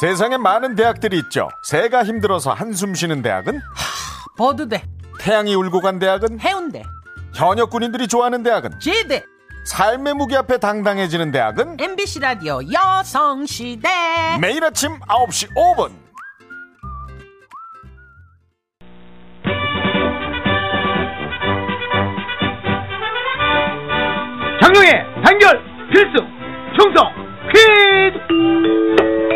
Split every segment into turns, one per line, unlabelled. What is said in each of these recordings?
세상에 많은 대학들이 있죠. 새가 힘들어서 한숨 쉬는 대학은?
버드대,
태양이 울고 간 대학은?
해운대,
현역 군인들이 좋아하는 대학은?
제대,
삶의 무기 앞에 당당해지는 대학은?
MBC 라디오 여성시대.
매일 아침 9시 5분
장룡의 단결 필승 충성 퀴즈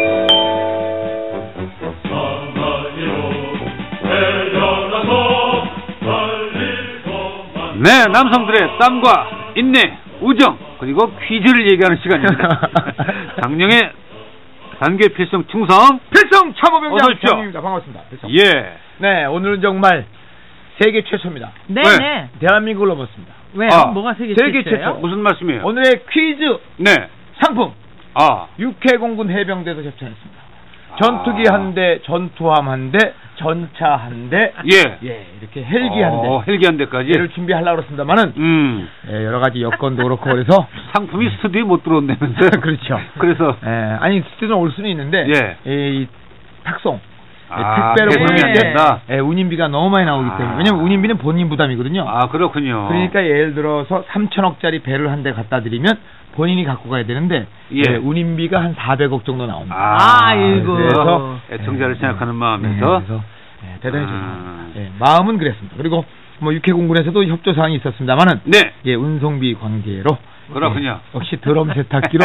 네 남성들의 땀과 인내 우정 그리고 퀴즈를 얘기하는 시간입니다 장룡의 단결 필승 충성
필승
어서
참호병장
오십시오.
장입니다 반갑습니다. 필승.
예
네, 오늘은 정말 세계 최초입니다.
네네.
네.
대한민국을 넘었습니다.
왜?
아,
뭐가 세계
세계
최초예요?
최초.
무슨 말씀이에요 네.
오늘의 퀴즈 상품
네아
육해공군 해병대에서 협찬했습니다. 전투기
아.
한 대, 전투함 한 대, 전차 한 대,
예.
예, 이렇게 헬기 한 대.
어, 헬기 한 대까지
얘를 준비하려고 그랬습니다만은
음
예, 여러 가지 여건도 그렇고 그래서
상품이 스튜디오에 못 들어온다면서요?
그렇죠.
그래서
예, 아니 스튜디오 올 수는 있는데
예.
이 탁송 예,
아,
특별히
배송이
보내면
안
예.
된다.
예, 운임비가 너무 많이 나오기 때문에
아.
왜냐면 운임비는 본인 부담이거든요.
아 그렇군요.
그러니까 예를 들어서 3천억짜리 배를 한 대 갖다 드리면 본인이 갖고 가야 되는데
예.
예, 운임비가 한 400억 정도 나옵니다. 네,
아이고.
그래서
애청자를
예,
생각하는
예,
마음에서?
예, 그래서 예, 대단히
아.
좋습니다. 예, 마음은 그랬습니다. 그리고 뭐 육해공군에서도 협조 사항이 있었습니다만은
네
예, 운송비 관계로
그렇군요. 아,
예, 역시 드럼 세탁기로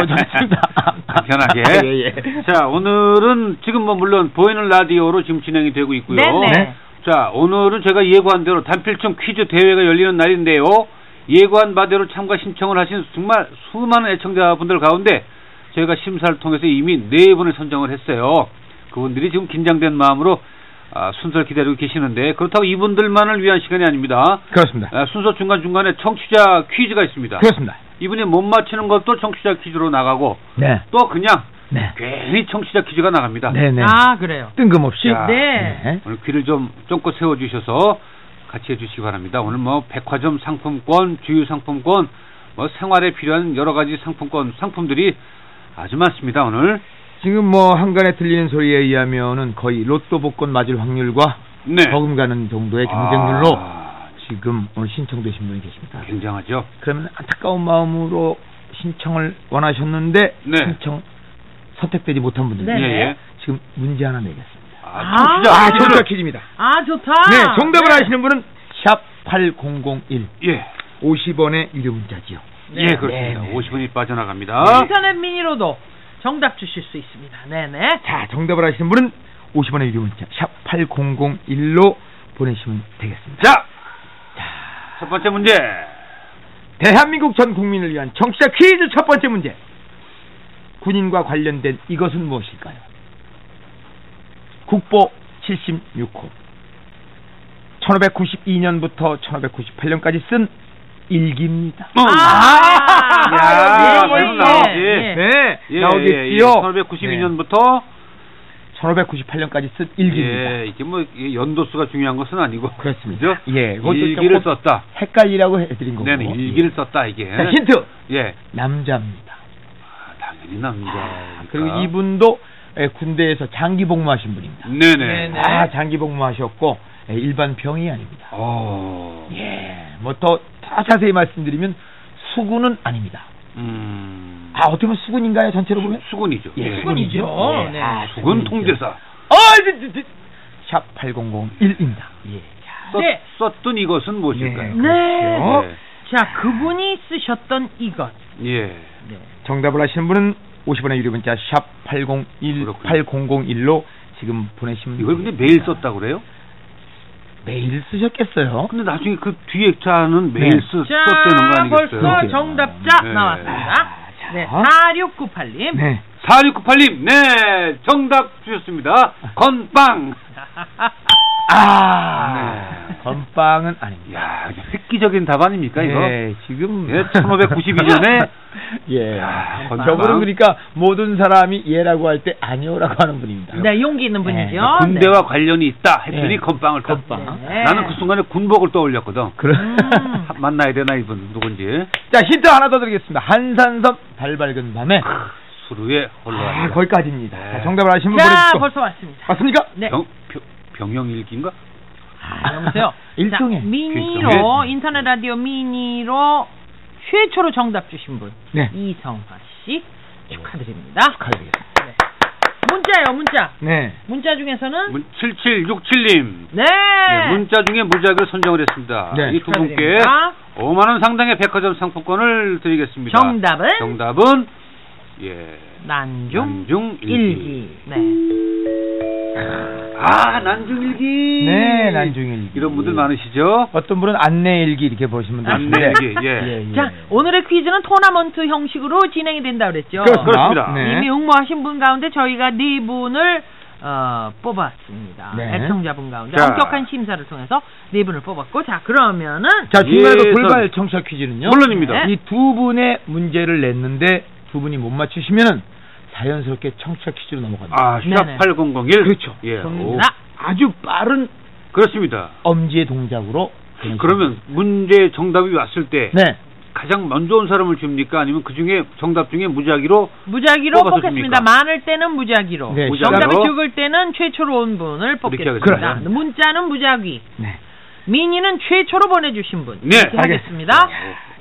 정했습니다.
편하게.
예, 예.
자 오늘은 지금 뭐 물론 보이는 라디오로 지금 진행이 되고 있고요.
네네. 네.
자 오늘은 제가 예고한 대로 단필충 퀴즈 대회가 열리는 날인데요. 예고한 바대로 참가 신청을 하신 정말 수많은 애청자분들 가운데 저희가 심사를 통해서 이미 네 분을 선정을 했어요. 그분들이 지금 긴장된 마음으로 아, 순서를 기다리고 계시는데 그렇다고 이분들만을 위한 시간이 아닙니다.
그렇습니다.
아, 순서 중간 중간에 청취자 퀴즈가 있습니다.
그렇습니다.
이분이 못 맞히는 것도 청취자 퀴즈로 나가고
네.
또 그냥
네.
괜히 청취자 퀴즈가 나갑니다.
네, 네.
아, 그래요.
뜬금없이
야.
네.
오늘 귀를 좀 쫑긋 세워주셔서 같이 해주시기 바랍니다. 오늘 뭐 백화점 상품권, 주유 상품권, 뭐 생활에 필요한 여러 가지 상품권 상품들이 아주 많습니다. 오늘
지금 뭐 한간에 들리는 소리에 의하면은 거의 로또 복권 맞을 확률과
네
버금가는 정도의 경쟁률로
아,
지금 오늘 신청되신 분이 계십니다.
굉장하죠.
그러면 안타까운 마음으로 신청을 원하셨는데
네.
신청 선택되지 못한 분들
네.
예, 예.
지금 문제 하나 내겠습니다.
아,
아,
청취자
아,
퀴즈를-
정답 퀴즈입니다.
아, 좋다.
네, 정답을
네.
아시는 분은 샵 8001,
예,
50원의 유료 문자지요.
예, 그렇습니다.
네, 네.
50원이 빠져나갑니다.
인터넷 미니로도 정답 주실 수 있습니다. 네네.
자, 정답을 아시는 분은 50원의 유료 문자 샵 8001로 보내시면 되겠습니다.
자, 첫 번째 문제.
대한민국 전 국민을 위한 정치자 퀴즈 첫 번째 문제. 군인과 관련된 이것은 무엇일까요? 국보 76호. 1592년부터 1598년까지 쓴 일기입니다.
어. 아! 야, 계속
예, 예, 예.
나오지.
예.
네,
예, 예, 예.
나오겠지요.
1592년부터
1598년까지 쓴 일기입니다.
예, 이게 뭐 이게 연도수가 중요한 것은 아니고
그렇습니다.
그죠?
예, 그것도
일기를
조금
썼다.
헷갈리라고 해드린 거고.
네, 네, 일기를 썼다 이게.
자, 힌트.
예,
남자입니다.
아, 당연히 그러니까. 남자.
아, 그리고 이분도 에, 군대에서 장기 복무하신 분입니다.
네네.
네네.
아, 장기 복무하셨고 에, 일반 병이 아닙니다.
어.
예, 뭐 더 자세히 말씀드리면 수군은 아닙니다.
음.
아, 어떻게 보면 수군인가요? 전체로 보면?
수, 군이죠
예,
수군이죠.
수군이죠.
네.
아,
수군
수군이죠.
통제사.
아, 이제, 이제, 이제. 샵 8001입니다. 예. 자,
썼,
네.
썼던 이것은 무엇일까요?
네.
네.
네.
자, 그분이 쓰셨던 이것.
예.
정답을 아시는 분은 50원의 유료 문자 샵 801,
그렇군요.
8001로 지금 보내시면
이걸 근데
되겠습니다.
매일 썼다 그래요?
매일 쓰셨겠어요?
근데 나중에 그 뒤에 자는 매일
네.
쓰,
자,
썼다는 거 아니겠어요?
벌써
그렇군요.
정답자
네.
나왔습니다.
아, 자.
네, 4698님.
네.
4698님, 네, 정답 주셨습니다. 건빵.
아,
네.
건빵은 아닙니다.
야, 이게 획기적인 답 아닙니까, 이거?
예, 지금
예, 1592 년에?
예.
야, 건빵.
저분은 그러니까 모든 사람이 예라고 할 때 아니오라고 하는 분입니다.
네, 용기 있는 분이죠.
네,
군대와 관련이 있다 했더니
네.
건빵을 딱.
건빵.
네.
나는 그 순간에 군복을 떠올렸거든.
그래.
음.
만나야 되나 이분 누군지.
자 힌트 하나 더 드리겠습니다. 한산섬 달 밝은 밤에
수루에
아,
홀로합니다.
거기까지입니다.
네.
자, 정답을 아시는 분
자,
보내주시고.
벌써 왔습니다.
맞습니까?
네.
병, 병, 병영일기인가?
아, 여보세요.
일종의.
자, 미니로 네.
일종의.
인터넷 라디오 미니로 최초로 정답 주신 분
네.
이성화 씨 축하드립니다.
축하드리겠습니다.
네. 문자요 문자.
네.
문자 중에서는
문- 7767님.
네.
네, 문자 중에 무작위로 선정을 했습니다.
네,
이 두 분께
축하드립니다.
5만 원 상당의 백화점 상품권을 드리겠습니다.
정답은 네.
정답은 예
난중
난중 일기.
일기. 네.
아 난중 일기.
네, 난중일기.
이런 분들 많으시죠?
어떤 분은 안내일기 이렇게 보시면 되는데.
안내일기, 예.
자 오늘의 퀴즈는 토너먼트 형식으로 진행이 된다 그랬죠.
그렇습니다.
아, 그렇습니다.
네.
이미 응모하신 분 가운데 저희가 네 분을 어, 뽑았습니다.
네.
애청자분 가운데
자.
엄격한 심사를 통해서 네 분을 뽑았고 자 그러면은
자, 중간에도
예선.
돌발 정착 퀴즈는요.
물론입니다.
네.
이 두 분의 문제를 냈는데 두 분이 못 맞추시면은 자연스럽게 청취자 퀴즈로 넘어갑니다.
아,
네네.
샵8001.
그렇죠.
예. 오,
정답.
아주 빠른
그렇습니다.
엄지의 동작으로.
그러면 문제 정답이 왔을 때
네.
가장 먼저 온 사람을 줍니까? 아니면 그 중에 정답 중에 무작위로
무작위로
뽑아서
뽑겠습니다.
줍니까?
많을 때는 무작위로,
네,
무작위로.
정답이 적을 때는 최초로 온 분을 뽑겠습니다.
이렇게 하겠습니다.
그래. 문자는 무작위,
네.
미니는 최초로 보내주신 분
네.
이렇게 하겠습니다.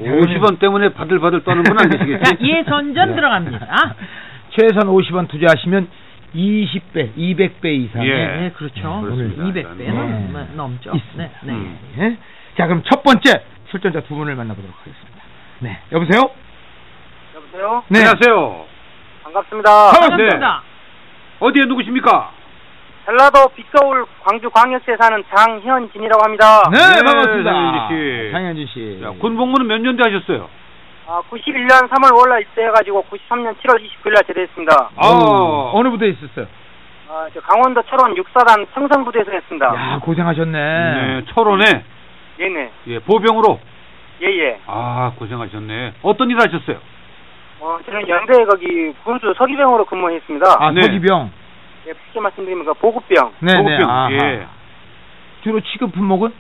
오,
50원 때문에 바들바들 떠는 분
자,
아니시겠지?
예선전
네.
들어갑니다.
최소한 50원 투자하시면 20배, 200배 이상의
예.
네, 그렇죠.
네,
그렇습니다.
200배는
네.
넘죠. 네, 네.
음.
예? 자, 그럼 첫 번째 출전자 두 분을 만나보도록 하겠습니다. 네, 여보세요?
여보세요?
네. 아,
안녕하세요. 아, 네.
반갑습니다.
반갑습니다.
어디에 누구십니까?
전라도 빛서울 광주 광역시에 사는 장현진이라고 합니다.
네,
네,
반갑습니다.
장현진 씨.
장현진 씨.
자, 군복무는 몇 년대 하셨어요?
아, 91년 3월 5일날 입대해가지고 93년 7월 29일날 제대했습니다.
아,
어, 어느 부대에 있었어요?
아, 저 강원도 철원 6사단 청성부대에서 했습니다.
야, 고생하셨네.
네, 철원에
네네.
예, 보병으로.
예예.
아, 고생하셨네. 어떤 일 하셨어요?
어, 저는 연대 거기 군수 서기병으로 근무했습니다.
아,
네.
서기병.
예, 쉽게 말씀드리면 그 보급병.
네, 네.
보급병.
아하.
예.
주로 취급 품목은?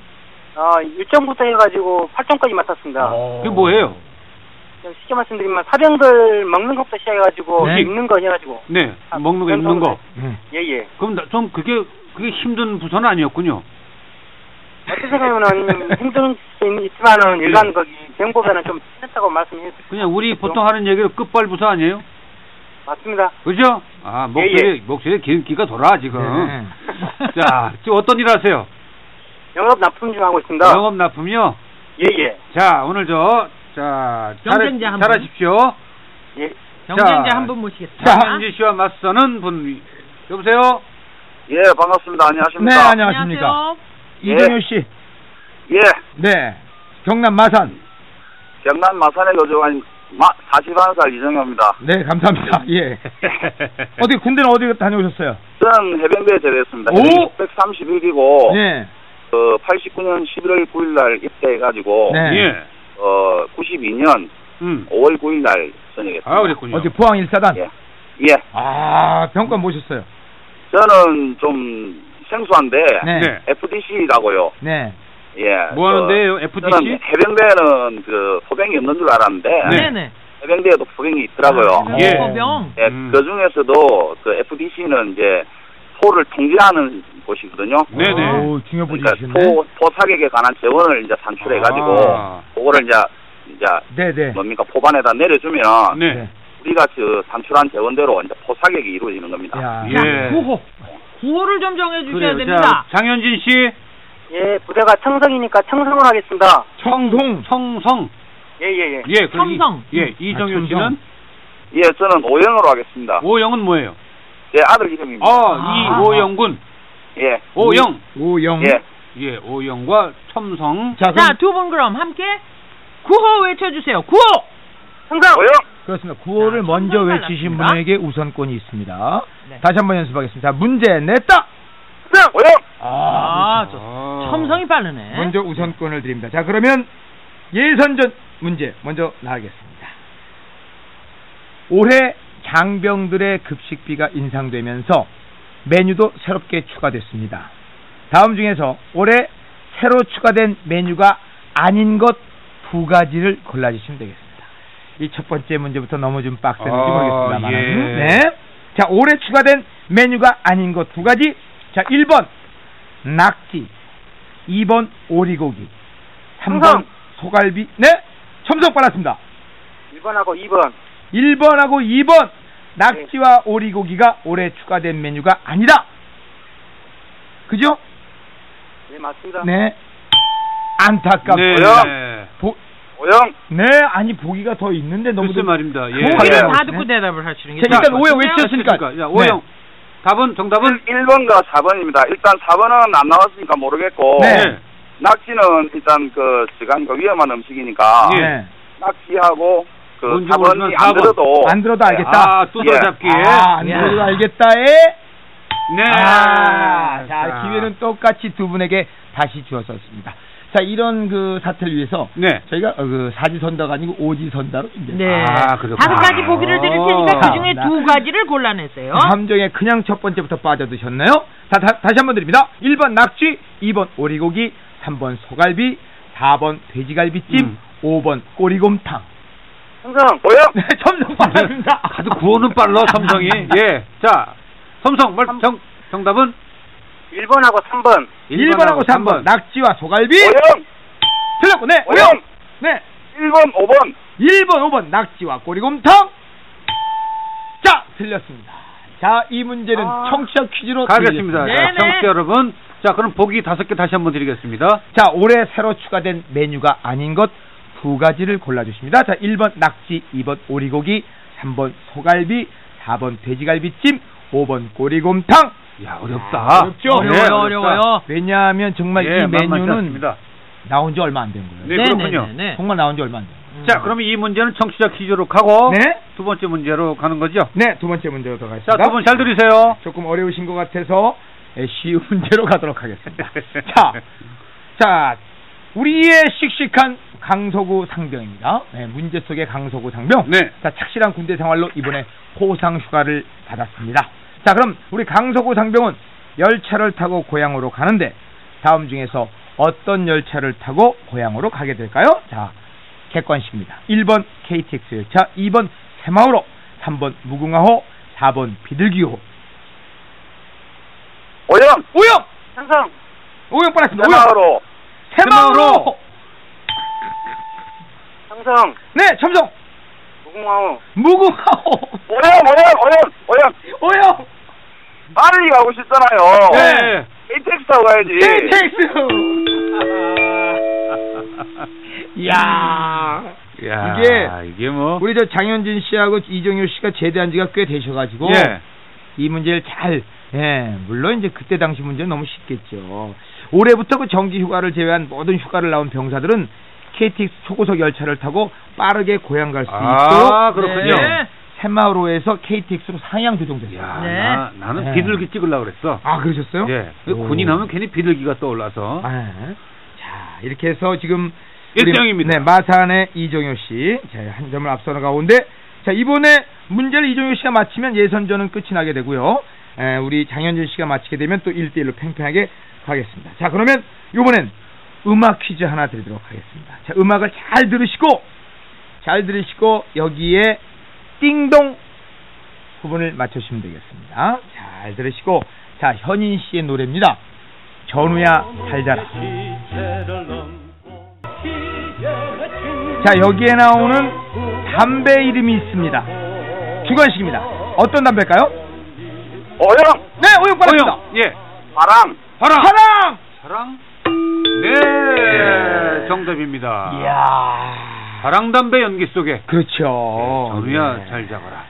아, 1점부터 해가지고 8점까지 맡았습니다.
아,
어.
그게 뭐예요?
저 쉽게 말씀드리면 사병들 먹는 것부터 시작해가지고
네.
입는 거 해가지고.
네,
아,
먹는 거, 입는 거.
네.
예예.
그럼 나- 좀 그게 그게 힘든 부서는 아니었군요.
어떻게 생각하면 힘든 수는 있지만은 일반 거기 병보다는 좀 편했다고 말씀해 주세요.
그냥 우리 보통 하는 얘기로 끝발 부서 아니에요?
맞습니다.
그죠? 아, 목소리 목소리 기름기가 돌아 지금.
네.
자, 지금 어떤 일 하세요?
영업 납품 중 하고 있습니다.
영업 납품이요.
예예.
자, 오늘 저 자, 잘,
경쟁자 한 분.
잘하십시오.
예. 예.
경쟁자
자,
한 분 모시겠습니다.
장현지 씨와 맞서는 분. 여보세요?
예, 반갑습니다.
네,
안녕하십니까.
안녕하십니까.
안녕하세요.
예.
이동효 씨.
예.
네. 경남 마산.
경남 마산에 거주한 마, 41살 이정현입니다.
네, 감사합니다. 예. 어디 군대는 어디 다녀오셨어요?
저는 해병대에 제대했습니다.
네.
오!
631기고
네.
어, 89년 11월 9일 날 입대해가지고
네.
예.
어, 92년
음.
5월 9일 날 전역했습니다.
아, 그랬군요.
어디 포항 일사단.
예. 예.
아, 병관 모셨어요.
저는 좀 생소한데
네.
네.
FDC라고요.
네.
예.
뭐 하는데요?
그,
FTC?
저는 해병대에는 그 소병이 없는 줄 알았는데
네. 아,
네네.
해병대에도 소병이 있더라고요.
예.
병
아, 예,
음.
그 중에서도 그 FDC는 이제 포를 통제하는 곳이거든요.
네네.
오, 어, 중요
그러니까
보직이셨네.
포, 포 사격에 관한 재원을 이제 산출해가지고
아.
그거를 이제 이제
네, 네.
뭡니까 포반에다 내려주면
네.
네.
우리가 그 산출한 재원대로 이제 포 사격이 이루어지는 겁니다.
야.
예.
자, 구호. 구호를 좀 정해 주셔야
그래요.
됩니다.
자, 장현진 씨,
예, 부대가 청성이니까 청성을 하겠습니다.
청송.
성성.
예, 예, 예.
예, 그럼 이-
삼성. 음.
예, 이정현
아, 삼성.
씨는
예, 저는 오영으로 하겠습니다.
오영은 뭐예요?
제 아들 이름입니다.
아,
아.
이 오영군.
예,
오영.
오영.
예.
예, 오영과 첨성.
자, 그럼
자, 두 분 그럼 함께 구호 외쳐 주세요. 구호.
청성 오영.
그렇습니다. 구호를
자,
먼저
청송
외치신
발랐습니다.
분에게 우선권이 있습니다.
네.
다시 한번 연습하겠습니다. 문제 냈다.
청성 오영.
아, 저
아.
첨성이 빠르네.
먼저 우선권을 드립니다. 자, 그러면 예선전 문제 먼저 나가겠습니다. 올해 장병들의 급식비가 인상되면서 메뉴도 새롭게 추가됐습니다. 다음 중에서 올해 새로 추가된 메뉴가 아닌 것 두 가지를 골라주시면 되겠습니다. 이 첫 번째 문제부터 너무 좀
아,
빡센지 모르겠습니다만.
예.
네. 자, 올해 추가된 메뉴가 아닌 것 두 가지. 자, 1번 낙지, 2번 오리고기, 3번
삼성.
소갈비. 네. 첨성 빨았습니다.
1번하고 2번.
1번하고 2번 낙지와 오리고기가 올해 추가된 메뉴가 아니다. 그죠?
네, 맞습니다.
네. 안타깝고요.
네.
보,
오영.
네, 아니 보기가 더 있는데 너무
글쎄 말입니다. 예.
그
보기를
길은
다
네.
듣고 대답을 하시는 게
제가
좋을
일단
것
오해
같은데요.
외쳤으니까. 네.
자, 오영. 답은 정답은
1번과 4번입니다. 일단 4번은 안 나왔으니까 모르겠고
네.
낙지는 일단 그 시간 그 위험한 음식이니까
예.
네.
낙지하고 그
뭔지
4번이
모르지만
안
4번.
들어도
안 들어도 알겠다.
아, 두드러
예.
잡기.
아, 안
야.
예.
들어도 알겠다에. 예.
네.
아,
자.
자, 기회는 똑같이 두 분에게 다시 주었었습니다. 자, 이런 그 사태를 위해서
네.
저희가 어, 그 사지선다가 아니고 오지선다로 이제
네.
아, 그렇구나.
다섯 가지 보기를 드릴 테니까 그 중에
아,
두 가지를 골라내세요.
함정에 그냥 첫 번째부터 빠져드셨나요? 다, 다, 다시 한번 드립니다. 1번 낙지, 2번 오리고기, 3번 소갈비, 4번 돼지갈비찜,
음.
5번 꼬리곰탕.
형성.
오영
네, 점점 빨라집니다.
다들 네. 구호는 빨라 삼성이. 예. 자, 삼성 말 정, 정답은
1번하고 3번.
1번하고 3번 낙지와 소갈비.
오영
틀렸고, 네.
네. 오영
네.
1번 5번
1번, 5번 낙지와 꼬리곰탕. 자, 틀렸습니다. 자, 이 문제는
아.
청취자 퀴즈로
가겠습니다.
드리겠습니다.
네,
자,
네.
청취자 여러분. 자, 그럼 보기 다섯 개 다시 한번 드리겠습니다.
자, 올해 새로 추가된 메뉴가 아닌 것 두 가지를 골라주십니다. 자, 1번 낙지, 2번 오리고기, 3번 소갈비, 4번 돼지갈비찜, 5번 꼬리곰탕.
야, 어렵다. 네,
어렵죠?
어려워요,
어렵다.
어려워요.
왜냐하면 정말
예,
이
만만치
메뉴는
않습니다.
나온 지 얼마 안 된 거예요.
네, 그렇군요.
네네네.
정말 나온 지 얼마 안 된 거예요.
자, 그러면 이 문제는 청취자 퀴즈로 가고
네?
두 번째 문제로 가는 거죠.
네, 두 번째 문제로 들어가겠습니다.
자, 두 분 잘 들으세요.
조금 어려우신 것 같아서 예, 쉬운 문제로 가도록 하겠습니다. 자, 자, 우리의 씩씩한 강서구 상병입니다. 네, 문제 속의 강서구 상병.
네.
자, 착실한 군대 생활로 이번에 호상 휴가를 받았습니다. 자, 그럼 우리 강서구 상병은 열차를 타고 고향으로 가는데 다음 중에서 어떤 열차를 타고 고향으로 가게 될까요? 자, 객관식입니다. 1번 KTX 열차, 2번 새마을호, 3번 무궁화호, 4번 비둘기호.
오영
오영!
형성.
오영 빨았습니다. 오영!
대마으로
새마을호!
형성.
네, 첨성!
무궁화호.
무궁화호!
오영 오영 오영 오영
오영!
빨리 가고 싶잖아요
네.
KTX 타고 가야지
예.
네, KTX! 이야.
야,
이게-
네. 이게 뭐
우리 저 장현진 씨하고 이정효 씨가 제대한 지가 꽤 되셔가지고
예.
이 문제를 잘 예, 물론 이제 그때 당시 문제는 너무 쉽겠죠. 올해부터 그 정기 휴가를 제외한 모든 휴가를 나온 병사들은 KTX 초고속 열차를 타고 빠르게 고향 갈 수 있도록
아, 그렇군요.
네.
새마을호에서 KTX로 상향
야,
조정됩니다.
네.
나, 나는
네.
비둘기 찍으려고 그랬어.
아 그러셨어요?
예.
오.
군인 하면 괜히 비둘기가 떠올라서.
아, 자 이렇게 해서 지금
일
우리-
대영입니다.
네, 마산의 이종효 씨, 자, 한 점을 앞서는 가운데 자 이번에 문제를 이종효 씨가 맞히면 예선전은 끝이 나게 되고요. 에, 우리 장현진 씨가 맞히게 되면 또 1대1로 팽팽하게 가겠습니다. 자 그러면 이번엔 음악 퀴즈 하나 드리도록 하겠습니다. 자 음악을 잘 들으시고 잘 들으시고 여기에 띵동 부분을 맞춰주시면 되겠습니다. 잘 들으시고 자 현인 씨의 노래입니다. 전우야 살자라. 자 여기에 나오는 담배 이름이 있습니다. 주관식입니다. 어떤 담배일까요?
오영
네, 오영 빨았습니다.
오영. 예.
바람
바람.
사랑.
사랑. 네. 정답입니다.
이야.
바람 담배 연기 속에 어,
그렇죠.
전우야
네.
잘 자거라.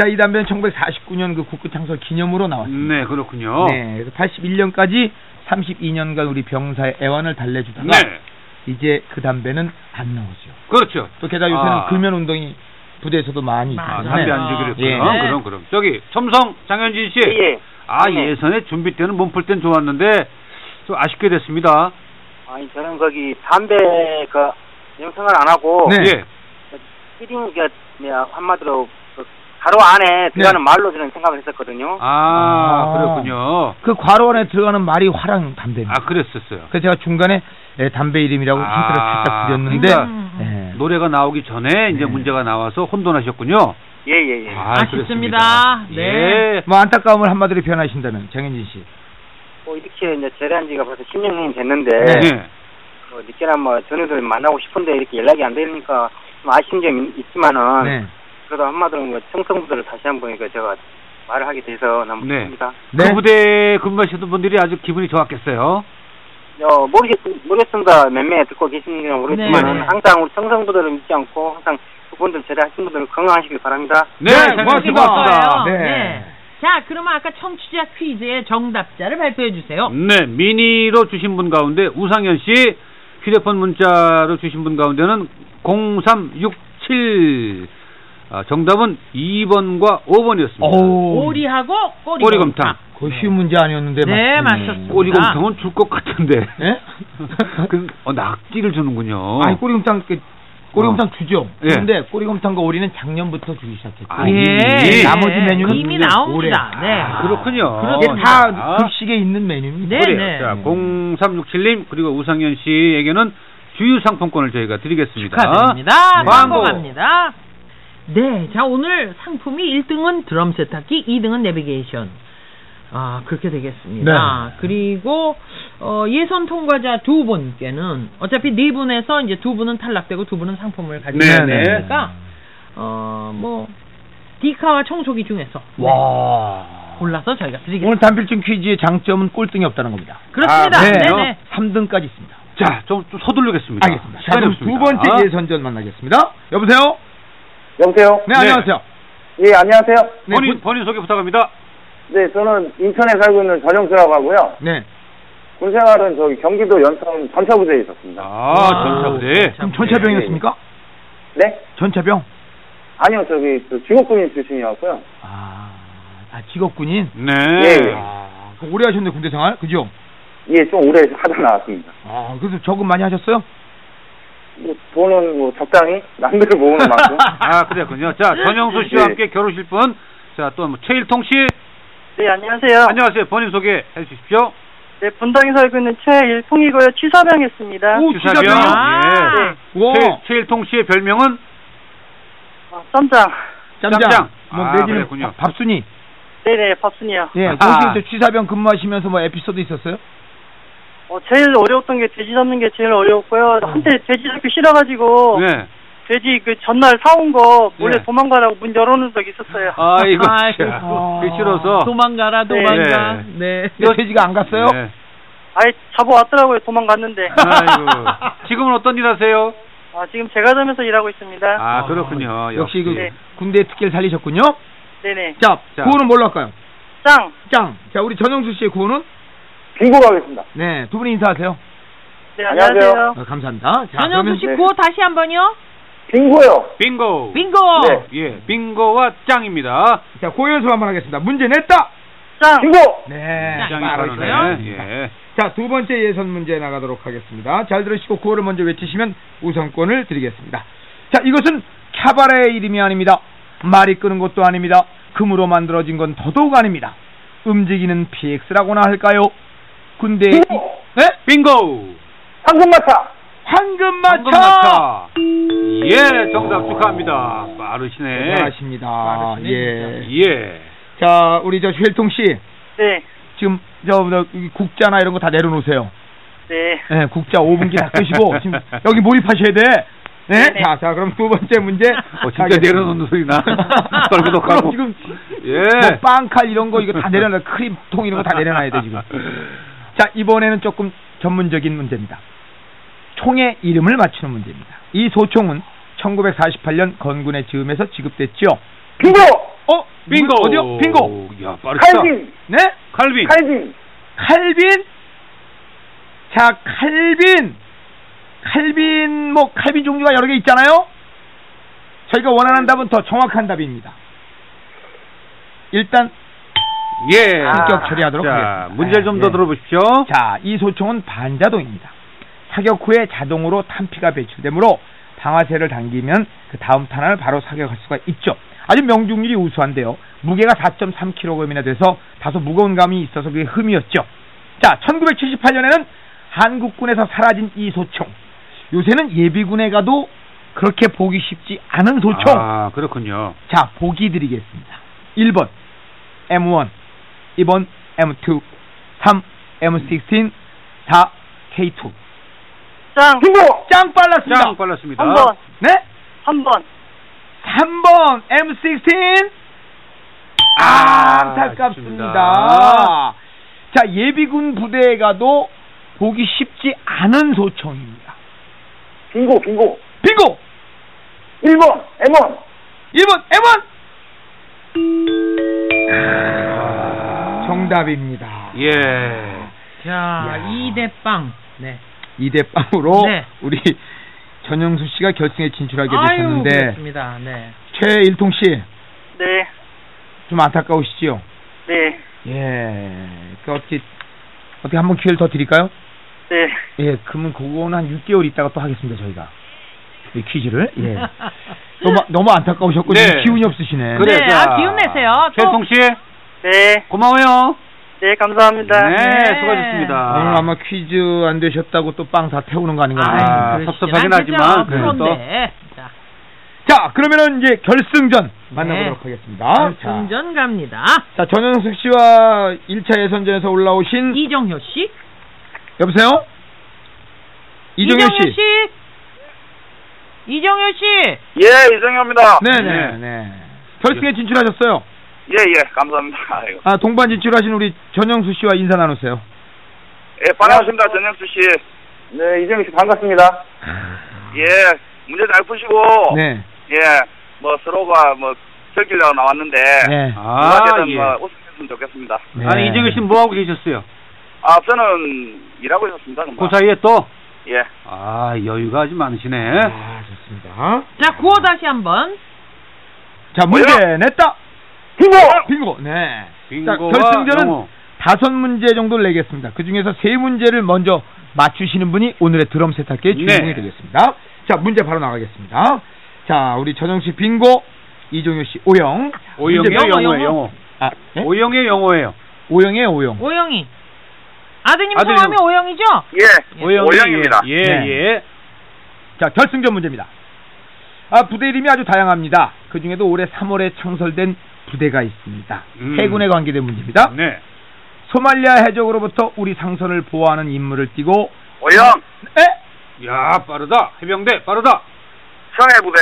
자, 이 담배는 1949년 그 국구 창설 기념으로 나왔습니다.
네, 그렇군요.
네, 81년까지 32년간 우리 병사의 애환을 달래주다가
네.
이제 그 담배는 안 나오죠.
그렇죠.
또 게다가 요새는
아.
금연 운동이 부대에서도 많이 있기
아,
네.
담배
때문에
안 주기로 했구나.
예.
네.
그럼 그럼. 저기 첨성 장현진 씨.
예.
아
네.
예선에 준비 때는 몸풀 땐 좋았는데 좀 아쉽게 됐습니다.
아니, 저는 거기 담배, 그, 영상을 안 하고.
네.
예.
피딩, 그, 뭐야, 한마디로, 그 가로 안에 들어가는
네.
말로 저는 생각을 했었거든요.
아,
아.
그렇군요.
그 괄호 안에 들어가는 말이 화랑 담배입니다.
아 그랬었어요.
그래서 제가 중간에 예, 담배 이름이라고 힌트를
아,
살짝 드렸는데
그러니까
예,
노래가 나오기 전에 이제
네.
문제가 나와서 혼돈하셨군요.
예, 예, 예.
아,
아쉽습니다.
그렇습니다.
네.
예.
뭐 안타까움을 한마디로 표현하신다면 장현진 씨.
뭐 이렇게 이제 재래한 지가 벌써 10년이 됐는데,
네.
뭐 늦게나 뭐 전우들 만나고 싶은데 이렇게 연락이 안 되니까 좀 아쉬운 점이 있지만은,
네.
그래도 한마디로 뭐 청성부들을 다시 한번 이거 제가 말을 하게 돼서 너무
네.
좋습니다.
그
네.
부대에 근무하시던 분들이 아주 기분이 좋았겠어요.
어, 모르겠, 모르겠습니다. 몇 명 듣고 계시는지 모르겠지만
네, 네.
항상 우리 청성부들을 믿지 않고 항상 그분들 제대하신 분들 건강하시길 바랍니다.
네, 잘
고맙습니다.
고맙습니다.
네.
네.
자, 그러면 아까 청취자 퀴즈의 정답자를 발표해 주세요.
네, 미니로 주신 분 가운데 우상현 씨 휴대폰 문자로 주신 분 가운데는 0367 아, 정답은 2번과 5번이었습니다.
오.
오리하고 꼬리
꼬리곰탕.
아,
그 쉬운 문제 아니었는데
네, 맞췄습니다.
꼬리곰탕은 줄 것 같은데.
예?
그, 어, 낙지를 주는군요.
아니 꼬리곰탕 그 꼬리곰탕 주죠.
예.
근데 꼬리곰탕과 오리는 작년부터 주기 시작했죠.
아,
예.
예.
나머지 메뉴는
이미
이제
나옵니다.
올해.
네.
아, 그렇군요.
이게 다
아,
급식에 있는 메뉴입니다.
네,
그래요.
네.
자, 0367님 그리고 우상현 씨에게는 주유 상품권을 저희가 드리겠습니다.
축하드립니다.
어? 광고.
광고 갑니다. 네, 자 오늘 상품이 1등은 드럼 세탁기, 2등은 내비게이션. 아 그렇게 되겠습니다. 그리고 어, 예선 통과자 두 분께는 어차피 네 분에서 이제 두 분은 탈락되고 두 분은 상품을 가지고
네, 네.
있으니까 어뭐 디카와 청소기 중에서
뭐.
네.
와.
골라서 저희가 드리겠습니다.
오늘 단필증 퀴즈의 장점은 꼴등이 없다는 겁니다.
그렇습니다.
아,
네,
그래요?
네.
3등까지 있습니다.
자, 좀, 좀 서두르겠습니다.
알겠습니다. 자,
시간이
그럼
없습니다.
두 번째
아.
예선전 만나겠습니다. 여보세요?
여보세요?
네,
네.
안녕하세요.
예, 안녕하세요.
네,
본인,
군-
본인 소개 부탁합니다.
네, 저는 인천에 살고 있는 전영수라고 하고요.
네.
군 생활은 저기 경기도 연천 전차부대에 있었습니다.
아, 전차부대.
어, 그럼 전차병이었습니까?
네?
예,
전차병?
아니요, 저기 그 직업군인 출신이었고요.
아, 아 직업군인?
네.
예.
아, 그럼 오래 하셨네, 군대 생활. 그죠?
예, 좀 오래 하다 나왔습니다.
아, 그래서 저금 많이 하셨어요?
뭐, 돈은 뭐 적당히 남들을 모으는 만큼.
아, 그랬군요. 자, 전영수 씨와
예.
함께 결혼실 분. 자, 또 뭐, 최일통 씨.
네, 안녕하세요.
안녕하세요. 본인 소개해 주십시오.
네, 분당에 살고 있는 최일통이고요. 취사병했습니다.
오,
네. 주사병. 예.
진짜요?
아.
네,
와,
최, 최일통 씨의 별명은?
아, 쌈장.
짬장.
짬장.
뭐
아,
내지는
그랬군요.
밥- 밥순이.
네네, 밥순이요.
예,
아하.
보시면서 취사병 근무하시면서 뭐 에피소드 있었어요?
어, 제일 어려웠던 게 돼지 잡는 게 제일 어려웠고요. 한때 돼지 잡기 싫어가지고
음. 네.
돼지 그 전날 사온 거 몰래
네.
도망가라고 문 열어놓은 적 있었어요.
아, 이거.
아이고.
그 싫어서.
아, 도망가라, 도망가. 네.
근데 돼지가 안 갔어요?
네.
아예 잡아왔더라고요. 도망갔는데.
아이고. 지금은 어떤 일 하세요?
아, 지금 제과점에서 일하고 있습니다.
아, 그렇군요.
역시 그
네.
군대 특기를 살리셨군요.
네네.
자,
자.
구호는 뭘로 할까요?
짱!
짱. 자, 우리 전영수 씨의 구호는?
빙고 가겠습니다.
네, 두 분이 인사하세요.
네,
안녕하세요.
안녕하세요.
어, 감사합니다. 자,
전현수 씨
네.
구호 다시 한 번요.
빙고요!
빙고.
빙고.
네.
예, 빙고와 짱입니다.
자, 고연수 한번 하겠습니다. 문제 냈다!
짱!
빙고!
네,
짱이
바로
네,
있어요.
예.
자, 두 번째 예선 문제 나가도록 하겠습니다. 잘 들으시고 구호를 먼저 외치시면 우선권을 드리겠습니다. 자, 이것은 캬바레의 이름이 아닙니다. 말이 끄는 것도 아닙니다. 금으로 만들어진 건 더더욱 아닙니다. 움직이는 PX라고나 할까요? 군대
빙고!
네?
빙고.
황금마차!
황금마차!
황금마차. 예, 정답 축하합니다. 빠르시네.
잘하십니다.
빠르시네,
예.
예.
자, 우리 저 쉘통 씨
네.
지금 저, 저 국자나 이런 거 다 내려놓으세요.
네.
네, 국자 5분기 다 끄시고 지금 여기 몰입하셔야 돼. 네,
네네.
자, 자, 그럼 두 번째 문제.
어, 진짜 내려놓는 소리 나.
그럼
떨그덕하고.
지금
예.
뭐 빵칼 이런 거 이거 다 내려놔. 크림통 이런 거 다 내려놔야 돼 지금. 자, 이번에는 조금 전문적인 문제입니다. 총의 이름을 맞추는 문제입니다. 이 소총은 1948년 건군의 즈음에서 지급됐죠.
빙고!
어,
빙고.
어디요? 빙고.
야, 빠르다.
칼빈!
네?
칼빈.
칼빈!
칼빈? 자, 칼빈. 칼빈, 뭐, 칼빈 종류가 여러 개 있잖아요? 저희가 원하는 답은 더 정확한 답입니다. 일단,
예.
본격 처리하도록
자,
하겠습니다.
문제 좀 더
예.
들어보십시오.
자, 이 소총은 반자동입니다. 사격 후에 자동으로 탄피가 배출되므로 방아쇠를 당기면 그 다음 탄환을 바로 사격할 수가 있죠. 아주 명중률이 우수한데요. 무게가 4.3kg이나 돼서 다소 무거운 감이 있어서 그게 흠이었죠. 자, 1978년에는 한국군에서 사라진 이 소총. 요새는 예비군에 가도 그렇게 보기 쉽지 않은 소총.
아, 그렇군요.
자, 보기 드리겠습니다. 1번 M1, 2번 M2, 3 M16, 4 K2.
네.
짱!
짱 빨랐습니다.
짱 빨랐습니다.
한 번,
네?
한 번.
3번 M16.
아,
아, 안타깝습니다.
아쉽습니다.
자, 예비군 부대에 가도 보기 쉽지 않은 소총입니다.
빙고, 빙고.
빙고!
1번, M1.
1번 M1. 아. 정답입니다. 아,
예.
자,
이야.
이대빵 네.
2대 빵으로
네.
우리 전영수 씨가 결승에 진출하게
아유,
되셨는데
그렇습니다. 네.
최일통 씨 좀
네,
안타까우시지요?
네,
예. 그 어떻게 어떻게 한번 기회를 더 드릴까요?
네.
예. 그러면 그거는 한 6개월 있다가 또 하겠습니다 저희가 이 퀴즈를. 예. 너무 너무 안타까우셨고
네.
지금 기운이 없으시네.
그래,
네,
자,
아, 기운 내세요. 또-
최통 씨,
네,
고마워요.
네, 감사합니다.
네,
네.
수고하셨습니다.
오늘 아마 퀴즈 안 되셨다고 또 빵 다 태우는 거 아닌가?
아유.
아.
그러시진
섭섭하긴
않겠죠.
하지만
그런데 자,
자 그러면은 이제 결승전 만나보도록
아,
하겠습니다. 자.
결승전 갑니다.
자, 전현숙 씨와 1차 예선전에서 올라오신
이정효 씨,
여보세요? 이정현 씨.
이정효 씨,
예, 이정효입니다.
네, 네, 네. 결승에 진출하셨어요.
예, 예, 감사합니다. 아이고.
아, 동반 진출하신 우리 전영수 씨와 인사 나누세요.
예, 반갑습니다, 전영수 씨.
네, 이정희 씨 반갑습니다.
예, 문제 잘
어.
푸시고,
네.
예, 뭐 서로가 뭐 즐기려고 나왔는데,
네.
누가
아,
되든
예.
뭐 우승했으면 좋겠습니다.
네.
아니, 이정규 씨는 뭐하고 계셨어요?
아, 저는 일하고 있었습니다.
그
금방.
사이에 또?
예.
아, 여유가 아주 많으시네.
아, 좋습니다.
자 구호 다시 한번.
자, 문제 냈다.
빙고!
빙고. 네. 자,
빙고와
결승전은
영어.
다섯 문제 정도를 내겠습니다. 그 중에서 세 문제를 먼저 맞추시는 분이 오늘의 드럼 세탁기의
네.
주인공이 되겠습니다. 자, 문제 바로 나가겠습니다. 자, 우리 전영 씨 빙고, 이종효 씨 오영.
오영의
문제-
영어,
영어예요, 영어.
아, 예?
오영의 영어예요.
오영의 오영.
오영이. 아드님
아드님.
성함이 오영이죠?
예.
오영의
오영입니다.
예,
네.
예.
자, 결승전 문제입니다. 아, 부대 이름이 아주 다양합니다. 그 중에도 올해 3월에 창설된 부대가 있습니다.
음.
해군에 관계된 문제입니다.
네.
소말리아 해적으로부터 우리 상선을 보호하는 임무를 띠고
오영,
에?
야, 빠르다. 해병대, 빠르다.
청해부대.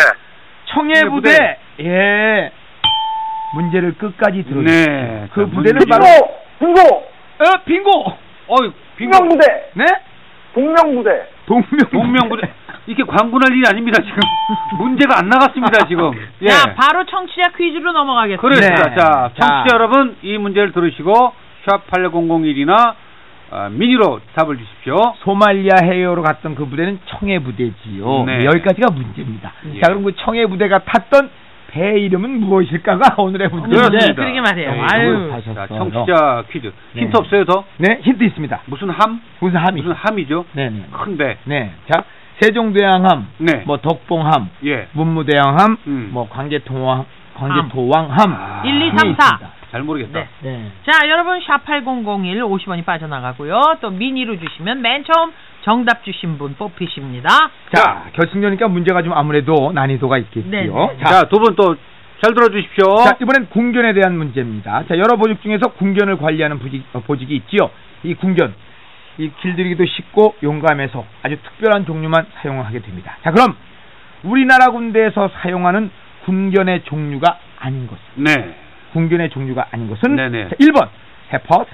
청해 부대.
청해부대.
예. 문제를 끝까지 들어 주세요.
네.
그
자,
부대는
문제.
바로
빙고! 빙고!
어, 빙고.
어이, 빙고.
동명부대!
네?
동명부대!
동명
동명부대. 이렇게 광분할 일이 아닙니다, 지금. 문제가 안 나갔습니다, 지금. 예.
자 바로 청취자 퀴즈로 넘어가겠습니다.
그렇습니다.
네.
자, 청취자
자.
여러분, 이 문제를 들으시고, 샵 8001이나 아, 미니로 답을 주십시오.
소말리아 해외로 갔던 그 부대는 청해 부대지요. 그
네.
여기까지가 문제입니다.
예.
자, 그럼 그 청해 부대가 탔던 배 이름은 무엇일까가 오늘의 문제인데.
그렇습니다.
네, 그러게 말이에요.
네,
아유.
하셨어요.
자, 청취자 퀴즈.
네.
힌트 없어요, 더?
네, 힌트 있습니다.
무슨 함?
무슨 함이?
무슨 함이죠?
네, 네.
큰데.
네. 자, 세종대왕함,
네.
뭐 덕봉함,
예.
문무대왕함,
음.
뭐 광개토왕, 광개토왕함.
아,
1, 2,
함이
3, 4.
있습니다.
잘 모르겠다.
네.
네.
자, 여러분 샵 8001 50원이 빠져나가고요. 또 미니로 주시면 맨 처음 정답 주신 분 뽑히십니다.
자, 결승전이니까 문제가 좀 아무래도 난이도가 있겠지요.
네, 네.
자,
자, 두 분 또 잘 들어주십시오.
자, 이번엔 궁견에 대한 문제입니다. 자, 여러 보직 중에서 궁견을 관리하는 보직, 어, 보직이 있지요. 이 궁견, 이 길들이기도 쉽고 용감해서 아주 특별한 종류만 사용하게 됩니다. 자, 그럼 우리나라 군대에서 사용하는 궁견의 종류가 아닌 것.
네.
궁균의 종류가 아닌 것은
네네.
자, 1번 해퍼트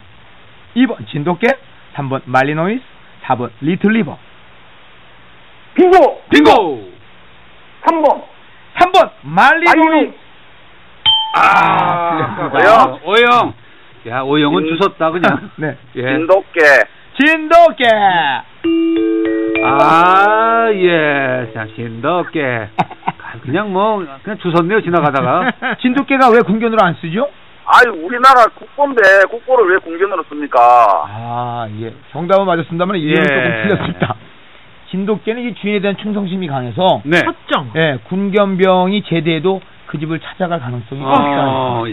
2번 진돗개 3번 말리노이스 4번 리틀리버
빙고!
빙고!
3번!
3번 말리노이스
아,
오영.
오영. 야, 오영은
음.
주웠다, 그냥.
네
예.
진돗개.
진돗개
아, 예. 자, 진돗개. 그냥 뭐, 그냥 주웠네요, 지나가다가.
진돗개가 왜 궁견으로 안 쓰죠?
아이, 우리나라 국보인데 국보를 왜 공견으로 씁니까?
아, 예. 정답은 맞았습니다만 이름이
예.
조금 틀렸습니다. 진돗개는 이 주인에 대한 충성심이 강해서
네.
첫정.
예, 군견병이 제대해도 그 집을 찾아갈 가능성이 높다.
어, 예.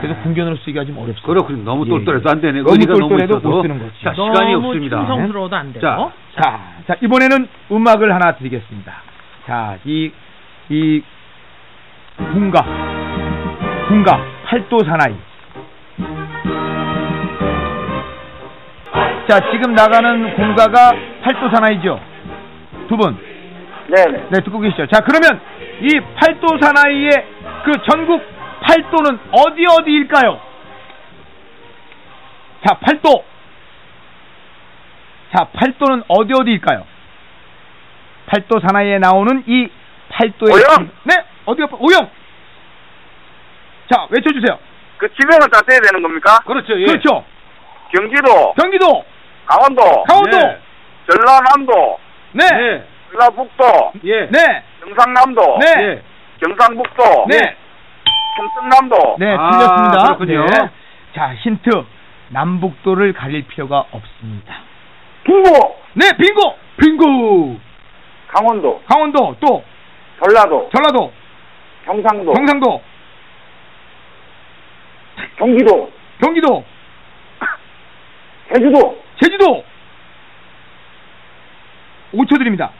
그래서 군견으로 쓰기가 좀 어렵습니다.
그렇군요. 너무
예,
똘똘해서 안 되네.
너무
의리가
똘똘해도
있어서.
못 쓰는 거지.
자, 시간이
너무
없습니다.
충성스러워도 안 돼요.
자,
자, 자 이번에는 음악을 하나 드리겠습니다. 자, 이, 이, 군가, 군가, 팔도 사나이. 자, 지금 나가는 군가가 팔도 사나이죠? 두 분.
네네.
네, 듣고 계시죠? 자, 그러면 이 팔도 사나이의 그 전국 팔도는 어디 어디일까요? 자, 팔도. 자, 팔도는 어디 어디일까요? 팔도 사나이에 나오는 이 팔도의
오영!
네, 어디가 팔- 오영. 자, 외쳐 주세요.
그 지명을 다 돼야 되는 겁니까?
그렇죠. 예.
그렇죠.
경기도,
경기도,
강원도,
강원도.
네.
전라남도,
네. 네.
네.
전라북도,
예.
네.
경상남도,
네.
예.
경상북도,
네.
충청남도,
네,
어, 아,
틀렸습니다.
그렇군요.
네. 자, 힌트. 남북도를 가릴 필요가 없습니다.
중국,
네, 빙고! 빙고!
강원도,
강원도, 또,
전라도,
전라도,
경상도,
경상도,
경기도,
경기도,
제주도,
제주도! 5초 드립니다.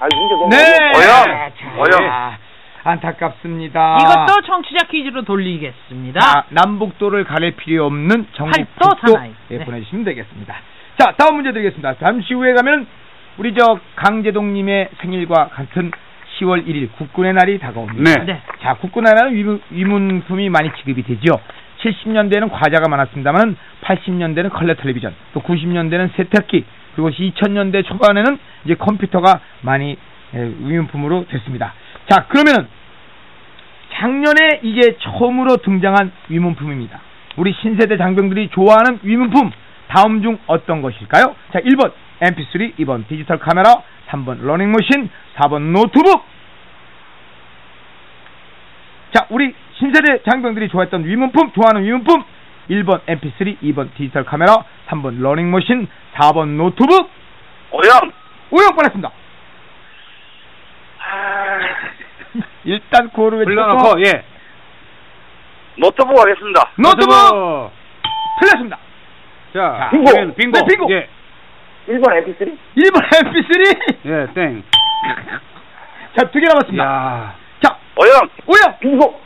아 이제 너무
네!
어려워. 어려워.
자, 예. 안타깝습니다.
아.
이것도 청취자 퀴즈로 돌리겠습니다.
자, 아, 남북도를 가릴 필요 없는 전국
팔도
북도
사나이.
예,
네.
보내주시면 되겠습니다. 자, 다음 문제 드리겠습니다. 잠시 후에 가면 우리 저 강제동님의 생일과 같은 10월 1일 국군의 날이 다가옵니다.
네.
네.
자, 국군의 날은 위문, 위문품이 많이 지급이 되죠. 70년대에는 과자가 많았습니다만 80년대는 컬러 텔레비전, 또 90년대는 세탁기, 그리고 2000년대 초반에는 이제 컴퓨터가 많이 예, 위문품으로 됐습니다. 자, 그러면은 작년에 이게 처음으로 등장한 위문품입니다. 우리 신세대 장병들이 좋아하는 위문품 다음 중 어떤 것일까요? 자, 1번 MP3, 2번 디지털 카메라, 3번 러닝머신, 4번 노트북. 자, 우리 신세대 장병들이 좋아했던 위문품, 좋아하는 위문품. 1번 MP3, 2번 디지털 카메라, 3번 러닝머신, 4번 노트북.
오영,
오영 보냈습니다.
아,
일단 고를 외쳐서
불러놓고 예.
노트북 하겠습니다.
노트북 틀렸습니다.
자,
빙고.
그러면 빙고.
네, 빙고.
예.
1번 MP3,
1번 MP3.
예, 땡.
자, 두 개 남았습니다.
야.
자,
오영,
오영!
빙고,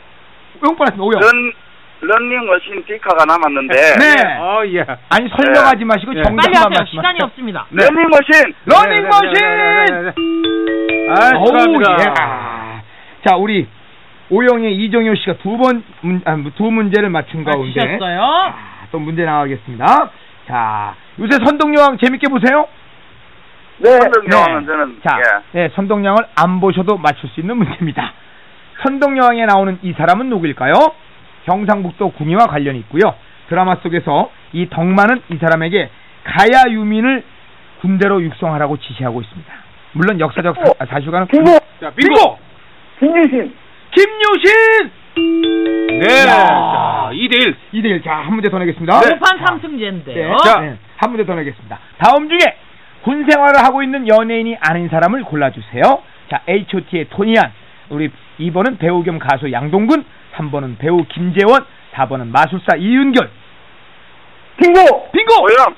오영 뻔했습니다, 오영.
런, 런닝머신 디카가 남았는데,
네.
어, 예.
아니, 설명하지 마시고
네.
정답만
빨리 하세요.
말씀하세요.
시간이 없습니다.
네.
런닝머신!
러닝머신!
네, 네, 네, 네, 네. 아,
어우,
축하합니다.
예. 아. 자, 우리 오영의 이정효 씨가 두 번, 문, 아, 두 문제를 맞춘 가운데.
맞히셨어요?
아, 또 문제 나가겠습니다. 자, 요새 선동여왕 재밌게 보세요.
네,
선덕 영화는 저는,
자,
예.
네, 선동여왕을 안 보셔도 맞출 수 있는 문제입니다. 선동여왕에 나오는 이 사람은 누구일까요? 경상북도 궁이와 관련이 있고요. 드라마 속에서 이 덕만은 이 사람에게 가야 유민을 군대로 육성하라고 지시하고 있습니다. 물론 역사적 사, 아, 사실과는
중국,
자, 빙고.
김유신,
김유신
네. 자, 2대 1.
2대1 자, 한 문제 더 내겠습니다.
공판
자,
3승제인데요.
네, 자, 네, 한 문제 더 내겠습니다. 다음 중에 군 생활을 하고 있는 연예인이 아닌 사람을 골라주세요. 자, H.O.T의 토니안. 우리 2번은 배우 겸 가수 양동근, 3번은 배우 김재원, 4번은 마술사 이윤결.
빙고,
빙고!
오영,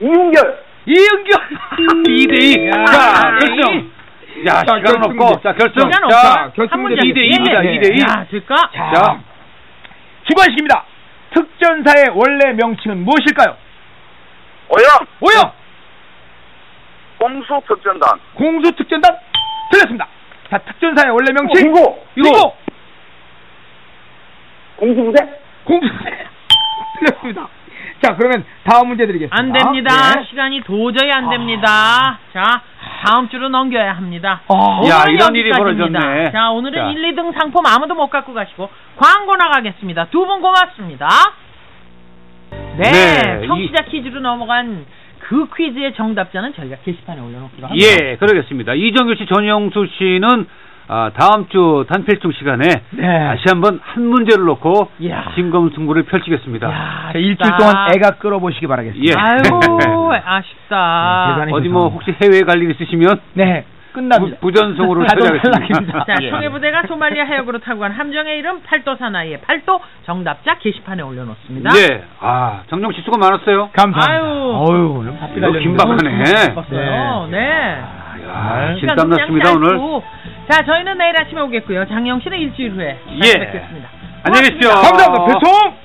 이윤결,
이윤결! 그렇죠.
2대2.
야.
자, 결정. 야,
자,
시간
결승
없고.
문제.
자, 결정.
시간
자,
없어요. 한 문제
이대
예,
이입니다.
예.
이 대 이.
야, 될까?
자,
자.
주관식입니다. 특전사의 원래 명칭은 무엇일까요?
오영,
오영!
공수특전단.
공수특전단 틀렸습니다. 자, 특전사의 원래 명칭
빙고,
이거
공수부대,
공수 틀렸습니다. 자, 그러면 다음 문제 드리겠습니다.
안 됩니다.
아,
네.
예.
시간이 도저히 안 됩니다. 자, 다음 주로 넘겨야 합니다.
어,
아,
오늘은
야, 이런 일이
여기까지입니다.
벌어졌네.
자, 오늘은
자.
1, 2등 상품 아무도 못 갖고 가시고 광고 나가겠습니다. 두 분 고맙습니다. 네,
네,
청취자 퀴즈로 넘어간 그 퀴즈의 정답자는 저희가 게시판에 올려놓기로 합니다.
예, 그러겠습니다. 이정규 씨, 전영수 씨는 아, 다음 주 단필중 시간에
네.
다시 한번 한 문제를 놓고
이야.
심검승부를 펼치겠습니다.
야,
자, 일주일
아쉽다.
동안 애가 끌어보시기 바라겠습니다.
예.
아이고, 아쉽다.
네, 대단히
어디 뭐
죄송합니다.
혹시 해외에 갈 일 있으시면
네. 끝납니다.
부- 부전승으로
자동
처리하겠습니다.
탈락입니다.
자,
예.
총해부대가 소말리아 해역으로 타고 간 함정의 이름 팔도 사나이의 팔도 정답자 게시판에
네.
올려놓습니다.
예. 아, 정정 씨 수고 많았어요.
감사합니다.
아유.
어휴, 오늘 바삐
이거
달렸는데.
긴박하네.
네. 음, 네.
야,
네.
아, 진땀
시간도
났습니다,
그냥
오늘.
짧고. 자, 저희는 내일 아침에 오겠고요. 장영 씨는 일주일 후에 다시
예.
뵙겠습니다.
안녕히 계십시오.
감사합니다. 배송!